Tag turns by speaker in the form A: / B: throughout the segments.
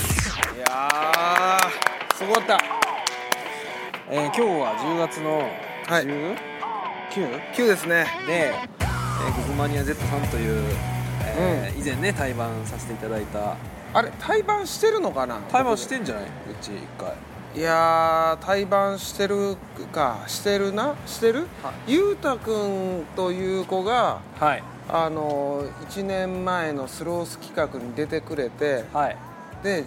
A: いやーすごかった、えー今日は10月の
B: はい
A: 19?、
B: 9ですね
A: で、えー、ググマニア Z さんという、えー以前ね対バンさせていただいた
B: あれ対バンしてるのかな
A: 対バンしてんじゃないうち一回
B: いやー対バンしてるかしてるなしてる、
A: は
B: ゆうたくんという子が
A: はい
B: あの1年前のスロース企画に出てくれて
A: はい
B: で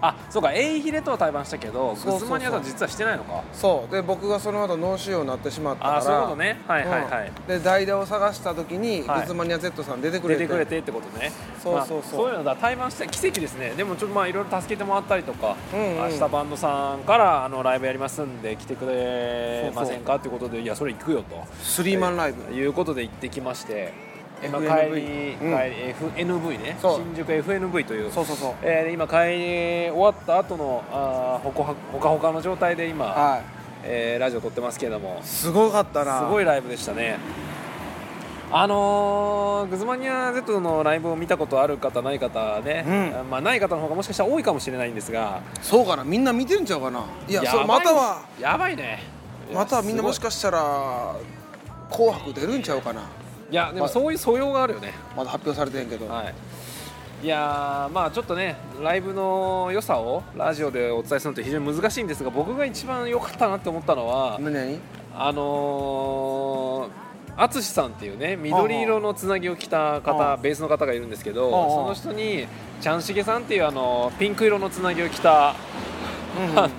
A: あそうかエイヒレとは対バンしたけ
B: そ
A: ど
B: うそうそう
A: グズマニアとは実はしてないのか
B: そうで僕がその後脳腫瘍になってしまったから
A: あそういうことねはいはいはい、
B: うんで代打を探した時に、
A: はい
B: グズマニア Z さん出てくれ
A: 出
B: て
A: てくれてってことね
B: そうそうそう
A: まあ、そういうのだ対バンして奇跡ですねでもちょっとまあいろいろ助けてもらったりとか、
B: うんうん
A: 明日バンドさんからあのライブやりますんで来てくれませんかってことでいやそれ行くよと
B: スリーマンライブ、
A: いうことで行ってきまして今
B: FNV
A: 帰り
B: う
A: に、
B: ん
A: 帰り FNV ね
B: そう
A: 新宿 FNV という
B: そうそうそう
A: えー今帰り終わった後のあーほこはほかほかの状態で今、
B: は
A: えーラジオ撮ってますけれども
B: いすごかったな
A: すごいライブでしたねあのーグズマニア Z のライブを見たことある方ない方ね、
B: う
A: まあ、ない方の方がもしかしたら多いかもしれないんですが
B: そうかなみんな見てんちゃうかないや
A: や
B: そう
A: ば
B: ま
A: い
B: たは
A: やばいねいや
B: またはみんなもしかしたら「紅白」出るんちゃうかない
A: すごいいやでもそういう素養があるよね
B: まだ発表されてへんけど、
A: はいいやーまあちょっとねライブの良さをラジオでお伝えするのって非常に難しいんですが僕が一番良かったなって思ったのは
B: 何 何
A: あのー、淳さんっていうね緑色のつなぎを着た
B: あ
A: 方
B: あ
A: ベースの方がいるんですけど
B: ああ
A: その人にちゃんしげさんっていうあのピンク色のつなぎを着た、あ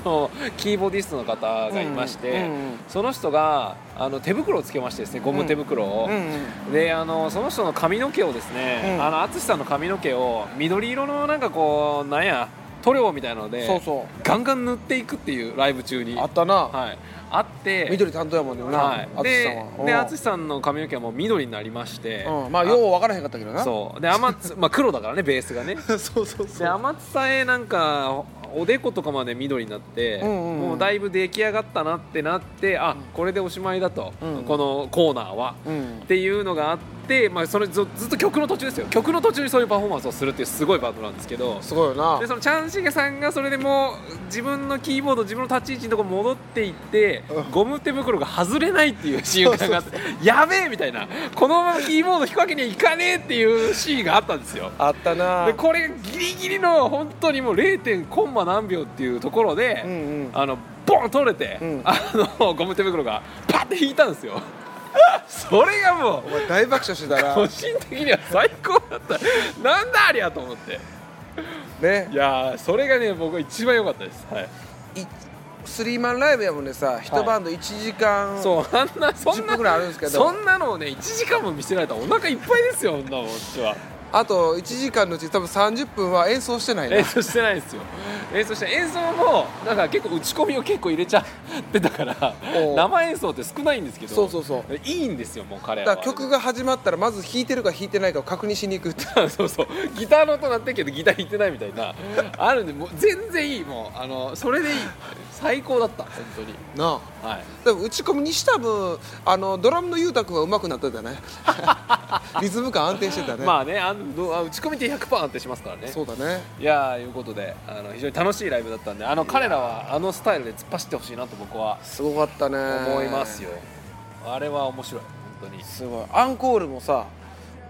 A: のキーボーディストの方がいまして、
B: うんうんうん
A: その人があの手袋をつけましてですねゴム手袋を。
B: うんうん
A: であのその人の髪の毛をですね、
B: うん
A: あの淳さんの髪の毛を緑色のなんかこうなんや塗料みたいなので
B: そうそ
A: ガンガン塗っていくっていうライブ中に
B: うあったな、
A: はい、あって
B: 緑担当やもんねな、
A: はい、
B: 淳さんは
A: でで淳さんの髪の毛はもう緑になりまして、
B: うん、うん、まあよう分からへんかったけどな
A: そうで天津まあ黒だからねベースがね
B: う そうそう
A: で天津さえなんかおでことかまで緑になって、
B: うんうんうん
A: もうだいぶ出来上がったなってなってあこれでおしまいだと、
B: うん
A: このコーナーは、
B: うん
A: っていうのがあって、まあ、それずずっと曲の途中ですよ曲の途中にそういうパフォーマンスをするっていうすごいバンドなんですけど
B: すごいよな
A: でそのチャンシゲさんがそれでもう自分のキーボード自分の立ち位置のとこ戻っていって
B: うん
A: ゴム手袋が外れないっていうシーンがあってやべえみたいなこのままキーボード引くわけにはいかねえっていうシーンがあったんですよ
B: あったな
A: でこれギリギリの本当にもう 0. コンマ何秒っていうところで、
B: うんうん
A: あのボン取れて、
B: うん
A: あのゴム手袋がパッて引いたんですよそれがもう
B: お前大爆笑してたら
A: 個人的には最高だったなんだありゃと思ってい
B: ね
A: やーそれがね僕一番良かったです、はい、
B: いスリーマンライブやもんねさ一バンド1時間、
A: そうあんなそん
B: 10
A: な
B: 分ぐらいあるんですけど
A: そんなのをね1時間も見せられたらお腹いっぱいですよそんなもんこっちは
B: あと1時間のうち多分30分は演奏してないな
A: 演奏してないですよ演奏して演奏もなんか結構打ち込みを結構入れちゃってたから
B: おう
A: 生演奏って少ないんですけど
B: そうそうそう
A: いいんですよもう彼は
B: だから曲が始まったらまず弾いてるか弾いてないかを確認しに行くって
A: そうそうギターの音鳴ってるけどギター弾いてないみたいなあるんでもう全然いいもうあのそれでいい最高だった本当に
B: なあ
A: はい
B: でも打ち込みにした分あのドラムの裕太君は上手くなってた ねリズム感安定してたね、
A: まあねあのどあ打ち込みって100%安定しますからね
B: そうだね
A: いやーいうことであの非常に楽しいライブだったんであの彼らはあのスタイルで突っ走ってほしいなと僕は
B: すごかったね
A: 思いますよ、あれは面白い本当に
B: すごいアンコールもさ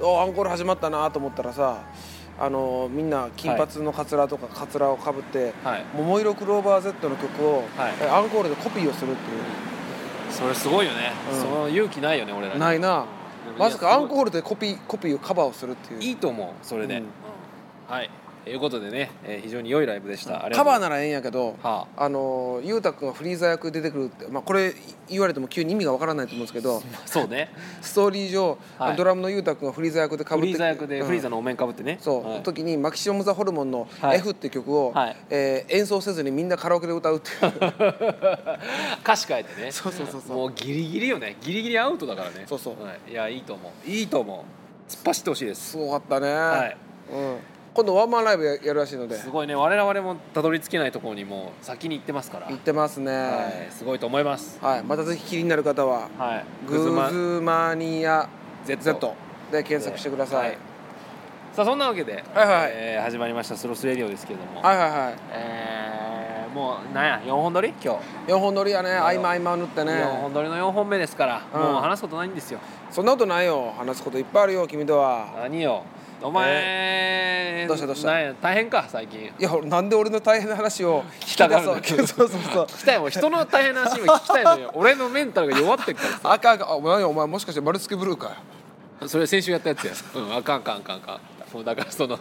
B: おアンコール始まったなと思ったらさあのみんな金髪のカツラとかカツラをかぶって、
A: はい
B: 桃色クローバー Z の曲を、
A: はい
B: えアンコールでコピーをするっていう
A: それすごいよね、
B: うん
A: その勇気ないよね俺らに
B: ないな
A: うん
B: まさ
A: い
B: か
A: や
B: ア
A: すごい
B: ンコールでコピーコピーをカバーをするっていう
A: いいと思うそれで、
B: うん
A: うんはいということでね、えー非常に良いライブでした、ありが
B: カ
A: とう
B: バ
A: ご
B: ー
A: ざい
B: ならええんやけど、
A: は
B: あの裕太君がフリーザ役で出てくるって、まあ、これ言われても急に意味がわからないと思うんですけど
A: ますそうね
B: ストーリー上、
A: はい
B: ドラムの裕太君がフリーザ役でか
A: フ
B: ぶって
A: リーザ役で、
B: うん
A: フリーザのお面かぶってね
B: そう、
A: はい
B: 時にマキシオム・ザ・ホルモンの
A: はい
B: F って曲を、
A: はい
B: えー演奏せずにみんなカラオケで歌うっていう
A: 歌詞変えてね
B: そうそうそうそう
A: もうギリギリよねギリギリアウトだからね
B: そうそう
A: はい、いやいいと思ういいと思う突っ走ってほしいです
B: すごかったね、
A: はい
B: うん、今度ワンマンライブややるらしいのです
A: ごいね我々もたどり着けないところにもう先に行ってますから
B: 行ってますね、
A: はい、すごいと思います
B: はいまたぜひ気になる方は
A: はい
B: 「グズマニア
A: Z
B: Z」で検索してください、
A: はいさあそんなわけで、
B: はいはい
A: えー始まりましたスロスレディオですけれども、
B: はいはいはい
A: えーもうなんや4本撮り今日、
B: 4本撮りやね合
A: なるほど
B: 間合間縫ってね
A: 4本撮りの4本目ですから、
B: うん
A: もう話すことないんですよ
B: そんなことないよ話すこといっぱいあるよ君とは
A: 何よお前、
B: どうしたどうした
A: なんや大変か最近
B: いやなんで俺の大変な話を聞
A: きたがるの
B: 出そうそうそう そう
A: 聞きたいもん人の大変な話今聞きたい のよ俺のメンタルが弱ってるから
B: あかんあかんあお前お前もしかして丸つけブルーかよ
A: さそれ先週やったやつやうんあかんあかんあかんあかんもうだからその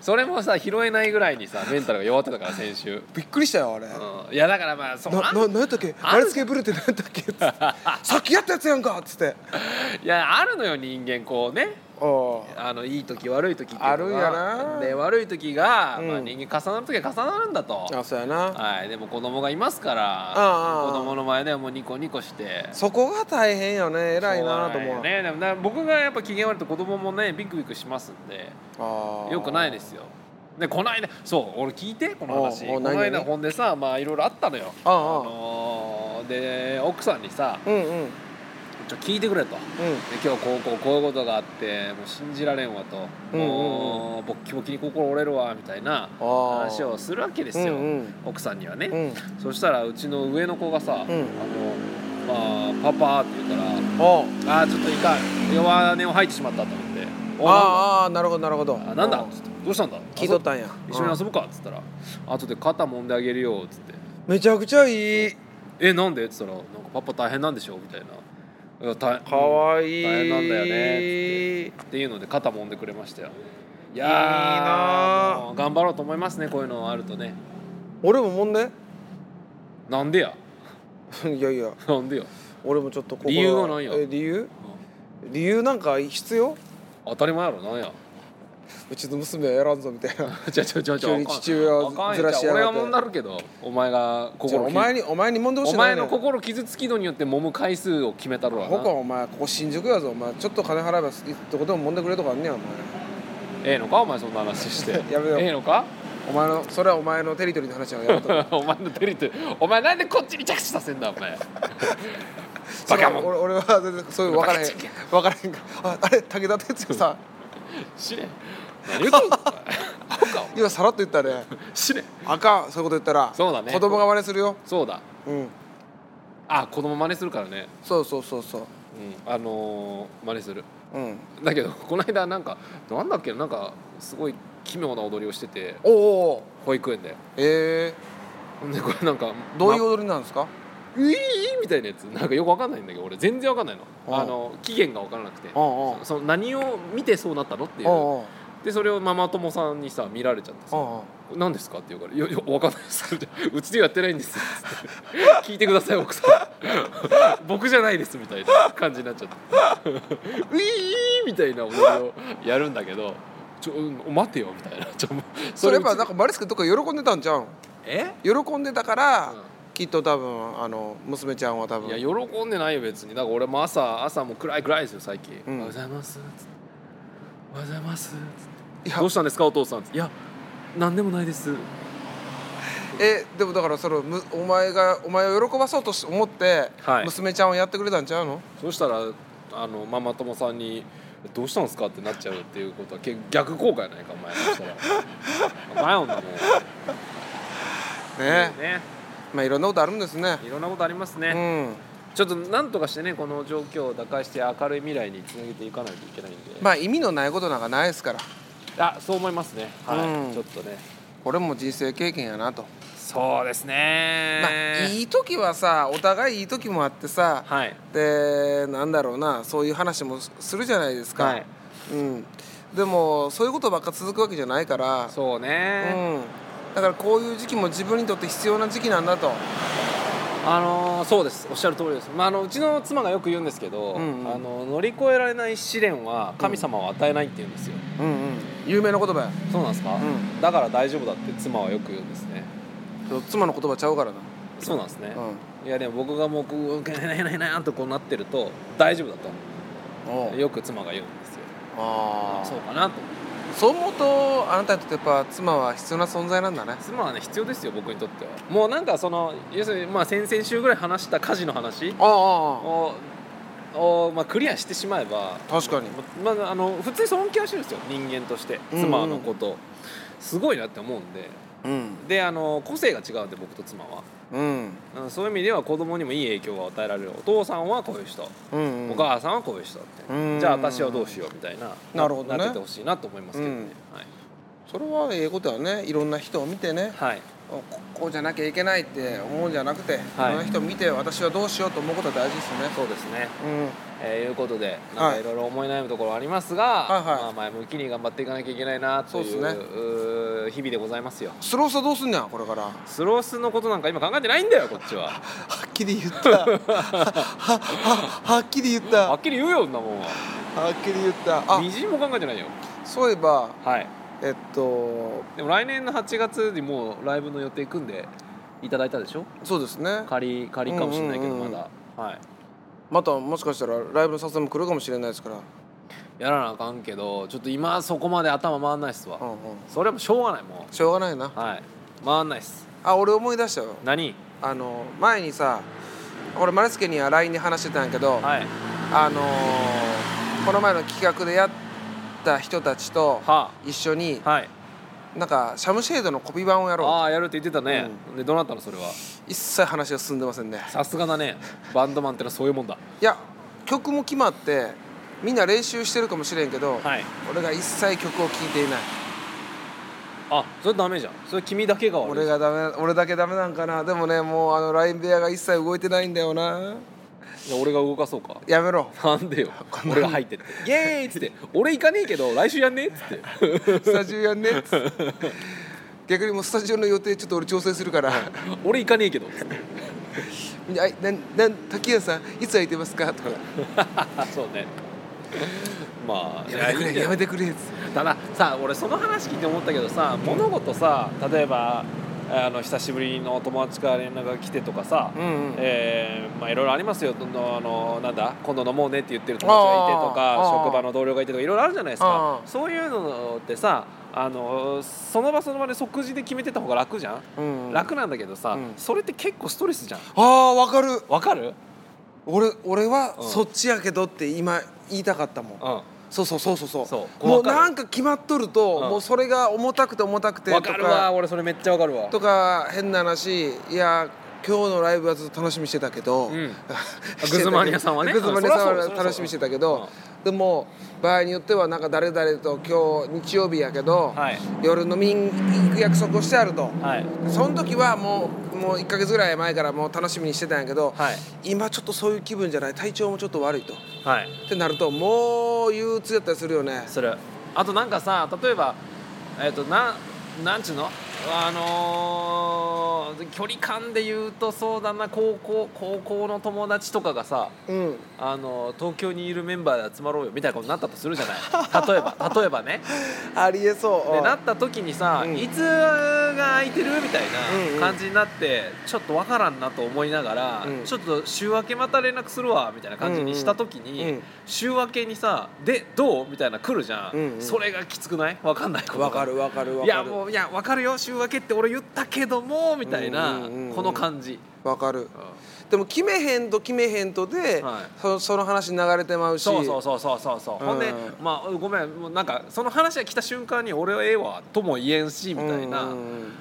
A: それもさ拾えないぐらいにさメンタルが弱ってたから先週、
B: びっくりしたよあれ、
A: うん、いやだからまあそ
B: なな
A: あん
B: なんやったっけ丸つけブルーってなんやったっけつって さっきやったやつやんかっつって
A: いやあるのよ人間こうね
B: おう
A: あのいい時悪い時っていうのが
B: あるんやな
A: で悪い時が、
B: うん
A: まあ、人間重なる時は重なるんだと
B: あそうやな
A: はいでも子供がいますから
B: ああ
A: 子供の前ではもうニコニコして
B: そこが大変よね偉いなと思う
A: しょがないよねでもな僕がやっぱ機嫌悪いと子供もねビクビクしますんで
B: あー
A: よくないですよでこの間そう俺聞いてこの話
B: おうお
A: こ
B: う
A: の
B: 何
A: 間
B: 々
A: ほんでさまあいろいろあったのよ
B: ああ
A: のーで奥さんにさ
B: うんうんうん
A: 「ちょ聞いてくれ」と。で今日こうこうこういうことがあってもう信じられんわと、
B: うんうんうん
A: もうボッキボキに心折れるわみたいな
B: あー
A: 話をするわけですよ、
B: うんうん
A: 奥さんにはね、
B: うん
A: そしたらうちの上の子がさ「
B: うん
A: あのまあ、パパ」って言ったら
B: おう
A: あーちょっといかん弱音を吐いてしまったと思って「おあ
B: あーあーなるほどなるほど
A: あなんだ
B: おう
A: つってどうしたんだ
B: 聞いとったんや
A: 遊ぶ一緒に
B: うん
A: 遊ぶか」っつったら「後で肩揉んであげるよ」っつって
B: めちゃくちゃいい
A: 「えなんで?」っつったら「なんかパパ大変なんでしょ?」みたいな「いや大
B: かわいい
A: 大変なんだよね
B: ね
A: っていうので肩揉んでくれましたよいや
B: い
A: ー
B: いなあ
A: もう頑張ろうと思いますねこういうのあるとね
B: 俺ももんで
A: なんでや
B: いやいや
A: なんでや
B: 俺もちょっと心が
A: 理由は何や
B: え理由理由なんか必要
A: 当たり前やろなんや
B: うちの娘はやらんぞみたいな
A: ちょちょちょちょ
B: 急に父親を
A: あかんよ
B: ずらしやがって
A: 俺はもんなるけどお前が
B: じゃあ
A: 心
B: お
A: き
B: 前にお前にもんでほしい
A: お
B: な
A: 前の心傷つき度によって揉む回数を決めたろう
B: ほか
A: な
B: お前ここ新宿やぞお前ちょっと金払えばいいってことももんでくれとかあんねやお前
A: ええのかお前そんな話して
B: やめよう
A: ええのか
B: お前のそれはお前のテリトリーの話はやめとけ
A: お前のテリトリーお前なんでこっちに着手させんだお前 バカもん
B: それは俺俺は全然そういう分からへん
A: バカチ
B: 分からへんからああれ武田鉄矢さ
A: 知れん何言うとんのお前 アホか
B: ん今さらっと言ったね
A: お前知れん
B: あかんそういうこと言ったら
A: そうだね
B: 子供が真似するよ
A: そうだ
B: うん
A: あ子供真似するからね、
B: そうそうそうそう
A: うん、あのー、真似する
B: うん
A: だけど この間なんかなんだっけなんかすごい奇妙な踊りをしてて
B: おうおうおう
A: 保育園で
B: え
A: ほんでこれなんか
B: ー、どういう
A: ま
B: 踊りなんですか、
A: ういーみたいなやつなんかよくわかんないんだけど俺全然わかんないの
B: うん
A: あの期限がわからなくて
B: うんうん
A: その何を見てそうなったのっていう
B: おう
A: でそれをママ友さんにさ見られちゃってさ
B: おうお
A: 「何ですか?」って言うから「いやいやわかんないです」 って「うちでやってないんです」って 聞いてください奥さん 僕じゃないです」みたいな感じになっちゃって 「ウィー!」みたいな踊りをやるんだけど「ちょうん待てよ」みたいなちょもう
B: それやっぱ
A: うち
B: なんかマリスクとか喜んでたんじゃん
A: え
B: 喜んでたから、
A: うん
B: きっと多分あの娘ちゃんは多分
A: いや喜んでないよ別にだから俺も朝朝も暗い暗いですよ最近「
B: うん
A: おはようございます」つっておはようございます」つって
B: いや
A: どうしたんですかお父さん」つっていや何でもないです」
B: えでもだからそのむお前がお前を喜ばそうとし思って、
A: はい
B: 娘ちゃんをやってくれたんちゃうの
A: そしたらあのママ友さんに「どうしたんですか?」ってなっちゃうっていうことはけ逆効果やないかお前そしたらお前ほんだもう
B: ね
A: ね
B: まあいろんなことあるんですね
A: いろんなことありますね、
B: うん
A: ちょっとなんとかしてねこの状況を打開して明るい未来につなげていかないといけないんで、
B: まあ意味のないことなんかないですから
A: あそう思いますねはい、
B: うん
A: ちょっとね
B: これも人生経験やなと、
A: そうですね
B: まあいい時はさお互いいい時もあってさ
A: はい
B: でなんだろうなそういう話もするじゃないですか、
A: はい
B: うん、でもそういうことばっか続くわけじゃないから
A: そう
B: う
A: ね、
B: ん、だからこういう時期も自分にとって必要な時期なんだと
A: あのーそうですおっしゃる通りです、まあ、あのうちの妻がよく言うんですけど、
B: うんうん
A: あの乗り越えられない試練は神様は与えないって言うんですよ、
B: うんうん有名な言葉や
A: そうなんですか、
B: う
A: だから大丈夫だって妻はよく言うんですね
B: 妻の言葉ちゃうからな
A: そうなんですね、
B: う
A: いやでも僕がもうこう「ないないないない」とこうなってると大丈夫だ
B: んお
A: とよく妻が言うんですよ
B: あ
A: そう
B: あ
A: かなと
B: そう思うとあなたにとってやっぱ妻は必要な存在なんだね
A: 妻はね必要ですよ僕にとってはもうなんかその要するにまあ先々週ぐらい話した家事の話
B: ああああ
A: をを、まあ、クリアしてしまえば
B: 確かに
A: まあ、あの普通に尊敬はしてるんですよ人間として
B: うんうん
A: 妻のこと、すごいなって思うんで
B: うん
A: であの個性が違うんで僕と妻は
B: うん
A: うんそういう意味では子供にもいい影響が与えられるお父さんはこういう人、
B: うん
A: お母さんはこういう人っ
B: うん
A: てじゃあ私はどうしようみたいな
B: なるほどね
A: なっててほしいなと思いますけどね、
B: それはええことやねいろんな人を見てね
A: はい、はい、
B: ここうじゃなきゃいけないって思うんじゃなくて、
A: はい
B: いろんな人を見て私はどうしようと思うことは大事ですね
A: そうですね
B: うん
A: えー、いうことでなん
B: は
A: か
B: い
A: いろいろ思い悩むところはありますが、
B: いはい
A: まあ、前向きに頑張っていかなきゃいけないなとい
B: そううですね
A: うー日々でございますよ
B: スローさどうすんねやこれからは
A: スロースのことなんか今考えてないんだよこっち は
B: っきり言った ははははっきり言った
A: はっきり言うよんなもんは
B: はっきり言ったあ
A: みじんも考えてないよ
B: そういえば
A: はい
B: えっと
A: でも来年の8月にもうライブの予定組んでいただいたでしょ
B: そうですね
A: 仮仮かもしれないけど
B: うんうんう
A: ま
B: ん
A: だ、はい
B: またもしかしたらライブの撮影も来るかもしれないですから
A: やらなあかんけどちょっと今そこまで頭回んないっすわ、
B: うんうん
A: それはもうしょうがないも
B: しょうがないな
A: うはい回んないっす
B: あ俺思い出したよ
A: 何
B: あの前にさ俺マレスケには LINE で話してたんやけど、
A: はい
B: あのーこの前の企画でやった人たちと
A: は
B: 一緒に
A: あはい
B: なんかシャムシェードのコピー版をやろ
A: ああやるって言ってたね、でどうなったのそれ
B: う
A: は
B: 一切話が進んでませんね
A: さすがだねバンドマンってのはそういうもんだ
B: いや曲も決まってみんな練習してるかもしれんけど、
A: はい
B: 俺が一切曲を聴いていない
A: あそれダメじゃんそれ君だけが悪
B: 俺
A: い
B: がダメ俺だけダメなんかなでもねもうあの LINE 部屋が一切動いてないんだよない
A: や俺が動かそうか
B: やめろ
A: なんでよ俺が入ってって「イエーイ!」っつって「俺行かねえけど来週やんねえ」っつって
B: スタジオやんね っつって逆にもうスタジオの予定ちょっと俺調整するから
A: 「俺行かねえけど」つっ
B: 「
A: て
B: あいなんなん滝谷さんいつ空いてますか?」とか
A: あそうねま
B: 「
A: あ
B: やめてくれやめてくれ」っつって
A: たださ俺その話聞いて思ったけどさ物事さ例えばあの久しぶりのお友達から連絡が来てとかさ、
B: うんうん
A: えーまあいろいろありますよどんどんあのなんだ今度飲もうねって言ってる友達がいてと
B: あ
A: か
B: ー
A: 職場の同僚がいてとかいろいろあるじゃないですか
B: あー
A: そういうのってさあのその場その場で即時で決めてた方が楽じゃん、
B: うんうん
A: 楽なんだけどさ、
B: うん
A: それって結構ストレスじゃん
B: ああわかる
A: わかる
B: 俺俺は
A: うん
B: そっちやけどって今言いたかったもん
A: う
B: そうそうそうそうそう
A: そう
B: も
A: わ
B: う
A: かる
B: なんか決まっとると、
A: うん
B: もうそれが重たくて重たくて
A: んわ
B: と
A: かるわ
B: か
A: 俺それめっちゃわかるわ
B: とか変な話いや今日のライブはずっと楽しみにしてたけど、
A: うん
B: してたけど
A: グズマニアさんはね
B: グズマニアさん
A: うんそり
B: は
A: ゃそうだ
B: 楽しみにしてたけど、でも場合によってはなんか誰々と今日日曜日やけど、
A: はい
B: 夜飲みに行く約束をしてあると、
A: はい
B: その時はもうもう1か月ぐらい前からもう楽しみにしてたんやけど、
A: はい
B: 今ちょっとそういう気分じゃない体調もちょっと悪いと。
A: はい
B: ってなるともう憂鬱やったりするよね
A: するあとなんかさ例えばえっ、とななんちゅうのあのー距離感で言うとそうだな高校高校の友達とかがさ
B: うん
A: あのー東京にいるメンバーで集まろうよみたいなことになったとするじゃない例えば例えばね
B: ありえそう
A: でなった時にさ、
B: うん
A: いつが空いてるみたい
B: うんう
A: なん感じになって、ちょっとわからんなと思いながら、
B: うん
A: ちょっと週明けまた連絡するわみたいな感じにした時に、
B: うんうんうん
A: 週明けにさ「でどう?」みたいな来るじゃん、
B: うんうん
A: それがきつくないわかんないことが
B: わかるわかるわかる
A: いやもういやわかるよ週明けって俺言ったけどもみたいな、
B: うんうんうんうん
A: この感じ、
B: わかる
A: うん
B: でも決めへんと決めへんとで、
A: はい
B: そその話流れてまうし
A: そうそうそうそうそうそう、
B: うん
A: ほんでまあごめんもうなんかその話が来た瞬間に俺はええわとも言えんしみたいな、
B: うんうんうん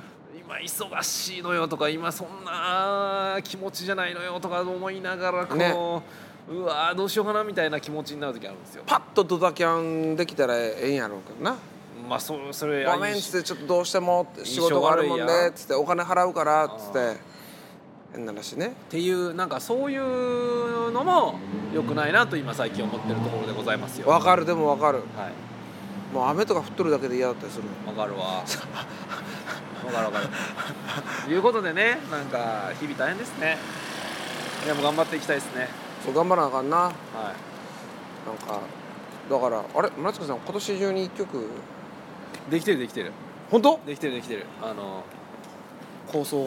A: 今忙しいのよとか今そんな気持ちじゃないのよとか思いながらこう、
B: ね
A: うわーどうしようかなみたいな気持ちになる時あるんですよ
B: パッとドタキャンできたらええんやろうけどな
A: まあそそれ
B: ごめんっつってちょっとどうしてもって仕事があるもん
A: 印象悪い
B: ね
A: や
B: っつってお金払うからっつって変な話ね
A: っていうなんかそういうのも良くないなと今最近思ってるところでございますよ
B: わかるでもわかる
A: はい
B: もう雨とか降っとるだけで嫌だったりする
A: わ かるわわかるわかるということでねなんか日々大変ですねでも頑張っていきたいですね
B: そう頑張らなあかんな
A: はい
B: なんかだからあれ村塚さん今年中に一曲
A: できてるできてる
B: 本当
A: できてるできてるあの
B: 構想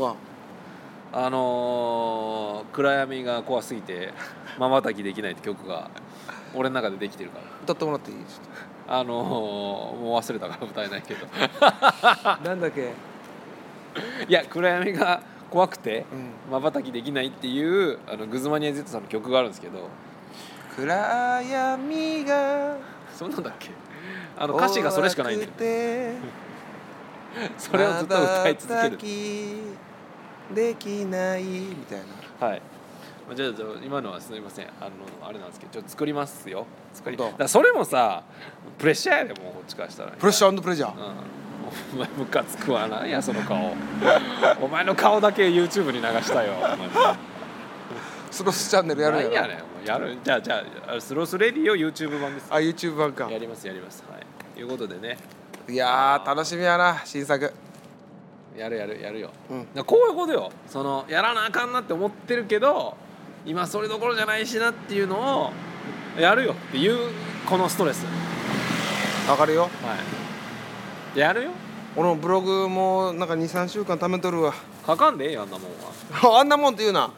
B: が
A: あのー暗闇が怖すぎ てまばたきできないって曲が俺の中でできてるか
B: 歌ってもらっていい
A: らあのーもう忘れたから歌えないけど
B: なんだっけ
A: いや暗闇が怖くて
B: うん
A: まばたきできないっていうあのグズマニア Z さんの曲があるんですけど
B: 暗闇が
A: そんなんだっけあの歌詞がそれしかないんだよ
B: で
A: それをずっと歌い続ける
B: できないみたいな
A: はい。まあじゃあじゃあ今のはすみません。あのあれなんですけど、ちょっと作りますよ。作り。だ
B: 本当
A: からそれもさ、プレッシャーやでもうこっちからしたら、
B: プレッシャ
A: ー。
B: ープレジャ
A: う
B: ー
A: ん。お前ムカつくわなんやその顔。 お前の顔だけ YouTube に流したよ。
B: スロスチャンネルやる
A: やや
B: やろ
A: ねん。もうやる。じゃあじゃああスロースレディを YouTube 版です。
B: あ YouTube 版か
A: やりますやります。はい。ということでね、
B: いやー楽しみやな新作
A: やるやるやるよ。
B: うん
A: だからこういうことよそのやらなあかんなって思ってるけど今それどころじゃないしなっていうのをやるよっていうこのストレス
B: わかるよ
A: はいやるよ
B: 俺もブログもなんか23週間貯めとるわ
A: 書かんでええよあんなもん は
B: あんなもんって言うな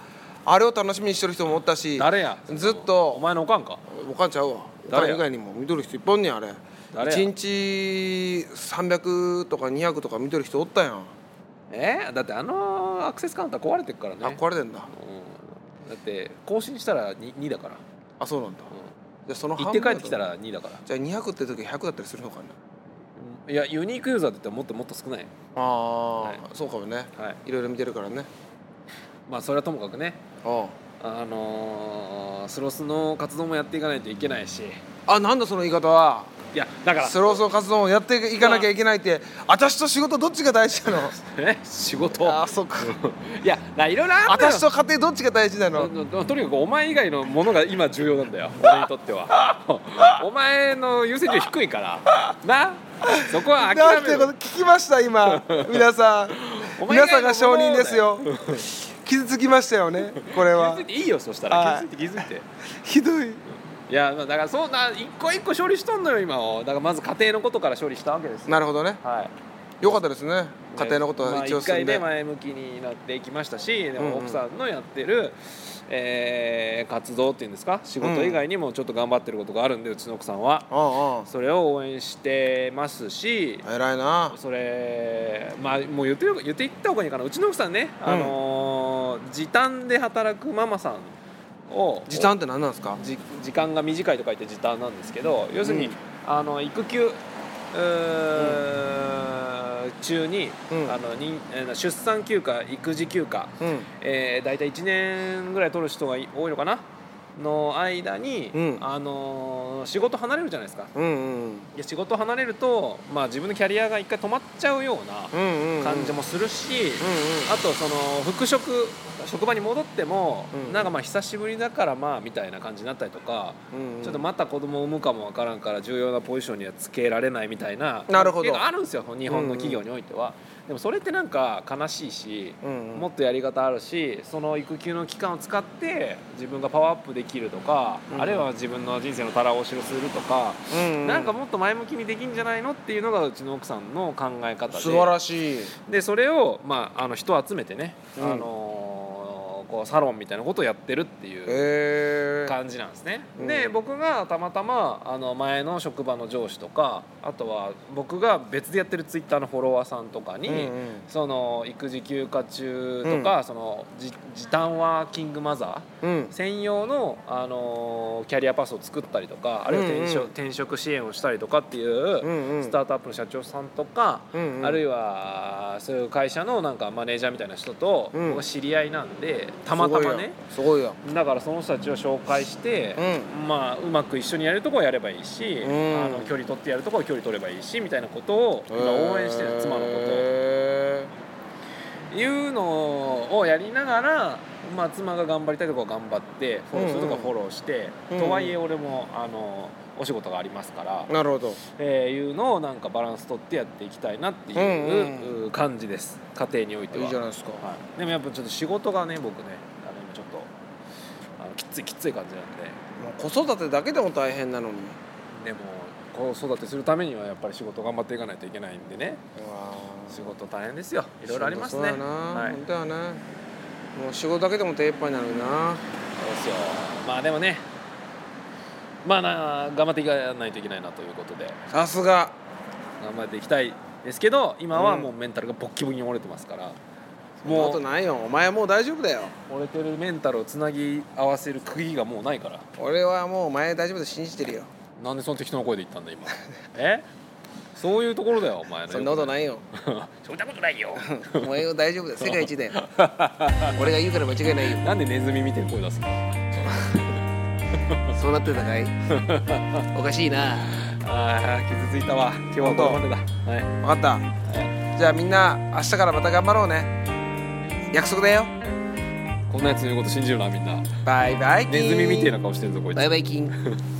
B: あれを楽しみにしてる人もおったし
A: 誰や
B: ずっと
A: お前のおかんか
B: おかんちゃうわおか
A: 誰
B: ん
A: や
B: 以外にも見とる人いっぱいおんねんあれ
A: 誰や
B: 1日300とか200とか見とる人おったやん、
A: えーだってあのアクセスカウンター壊れてるからね
B: あ壊れてんだ
A: うんだって更新したら 2, 2だから、
B: あそうなんだ
A: う
B: じゃあその
A: ん、行
B: 半
A: って
B: 分だ
A: 帰っ
B: と
A: てきたら2だから
B: じゃあ200って時100だったりするのかな
A: うんいやユニークユーザーって言ったらもっともっと少ない
B: ああ、
A: はい
B: そうかもね
A: はい
B: いろいろ見てるからね
A: まあそれはともかくね
B: あ
A: あのースロスの活動もやっていかないといけないし
B: ああなんだその言い方はい
A: やだから
B: スローソー活動をやっていかなきゃいけないって私と仕事どっちが大事な の
A: え仕事
B: ああそっか
A: いやないろいろあんだよ
B: 私と家庭どっちが大事なの
A: ととにかくお前以外のものが今重要な んだよ俺にとっては お前の優先順位低いからなそこ
B: な
A: は諦
B: ん
A: め
B: てこと
A: る
B: 聞きました 今皆さん
A: お前以
B: 皆さん
A: 外の
B: が
A: もの
B: 承
A: をだよ
B: 認ですよ傷つきましたよねこれ
A: 気
B: は
A: づいていいよそした
B: は
A: ら
B: い
A: 気づいて気づいて
B: ひどい
A: いやまあだからそんな一個一個処理しとんのよ今をだからまず家庭のことから処理したわけですよ
B: なるほどね
A: はい
B: よかったですね家庭のことは一応
A: まあ、
B: 進
A: 一回
B: んで、
A: ね前向きになっていきましたしで
B: うんうん
A: も奥さんのやってる、えー活動っていうんですか仕事以外にもちょっと頑張ってることがあるんでうちの奥さんは
B: あ
A: それを応援してますし
B: あああ偉いな
A: それまあもう言ってよ言っていった方がいいかなうちの奥さんね、
B: うん
A: あのー時短で働くママさんを
B: 時短って何なんですか
A: じ時間が短いと書いて時短なんですけど要するに、
B: うん
A: あの育休うー中に、
B: うん
A: あのにえー出産休暇育児休暇、
B: うん
A: えー、大体1年ぐらい取る人がい多いのかなの間に、
B: うん
A: あのー仕事離れるじゃないですか。
B: うんうん
A: で仕事離れると、まあ、自分のキャリアが一回止まっちゃうよう
B: うんうんう
A: なん感じもするし、
B: うんうん
A: あとその復職職場に戻っても、
B: うん
A: なんかまあ久しぶりだからまあみたいな感じになったりとか、
B: うんうん
A: ちょっとまた子供を産むかもわからんから重要なポジションにはつけられないみたいな
B: なるほど
A: 関係があるんですよ日本の企業においては、でもそれってなんか悲しいし、
B: うんうん
A: もっとやり方あるしその育休の期間を使って自分がパワーアップできるとか、
B: うん
A: あるいは自分の人生のたらをしろするとか、
B: うんうん
A: なんかもっと前向きにできんじゃないのっていうのがうちの奥さんの考え方で
B: 素晴らしい
A: でそれを、まあ、あの人を集めてね、
B: うん
A: あのーこうサロンみたいなことをやってるっていう
B: えー、
A: 感じなんですね、
B: うん
A: で僕がたまたまあの前の職場の上司とかあとは僕が別でやってるツイッターのフォロワーさんとかに、
B: うんうん
A: その育児休暇中とか、そのじ時短ワーキングマザ
B: うん
A: ー専用の、あのーキャリアパスを作ったりとかあるいは転職,、
B: うんうん
A: 転職支援をしたりとかっていう、
B: うんうん
A: スタートアップの社長さんとか、
B: うんうん
A: あるいはそういう会社のなんかマネージャーみたいな人と、
B: うん
A: 僕は知り合いなんでたまたまね
B: すごいやん
A: だからその人たちを紹介して、まあ、うまく一緒にやれるとこはやればいいし、
B: うん
A: あの距離取ってやるとこは距離取ればいいしみたいなことを
B: すごい
A: 今
B: やん
A: 応援してる妻のことを
B: へ
A: いうのをやりながら、まあ、妻が頑張りたいとこは頑張ってフォローするとこはフォローして、
B: うんうん
A: とはいえ俺もあのお仕事がありますから、
B: ーなるほど
A: えーいうのをなんかバランス取ってやっていきたいなっていう,、
B: うんうん
A: 感じです家庭においてはい
B: いじゃないですか
A: はい、でもやっぱちょっと仕事がね僕ねあの今ちょっとあのきついきつい感じなんで
B: もう子育てだけでも大変なのに
A: でも子育てするためにはやっぱり仕事頑張っていかないといけないんでね仕事大変ですよいろいろありますね
B: そうだな、
A: はい
B: 本当やねもう仕事だけでも手一杯なのにな
A: そうですよまあでもねまあな頑張っていかないといけないなということで
B: さすが
A: 頑張っていきたいですけど今は
B: うん
A: もうメンタルがボッキボキに折れてますから、
B: もう
A: も
B: と
A: う
B: ないよお前はもう大丈夫だよ
A: 折れてるメンタルをつなぎ合わせる釘がもうないから
B: 俺はもうお前大丈夫だと信じてるよ
A: なんでその適当な声で言ったんだ今 えそういうところだよお前の
B: そんなことないよ
A: そんなことないよ
B: お前は大丈 夫だよ世界一だよ俺が言うから間違いないよ
A: なんでネズミみたいな声出すの
B: そうなってた かいおかしいな
A: あー傷ついたわ今日はここまでだはい
B: 分かった
A: は
B: じゃあみんな明日からまた頑張ろうね約束だよ
A: いこんなやつの言うこと信じるなみんな
B: バイバイキン
A: ネズミみたいな顔してるぞこいつ
B: バイバイキン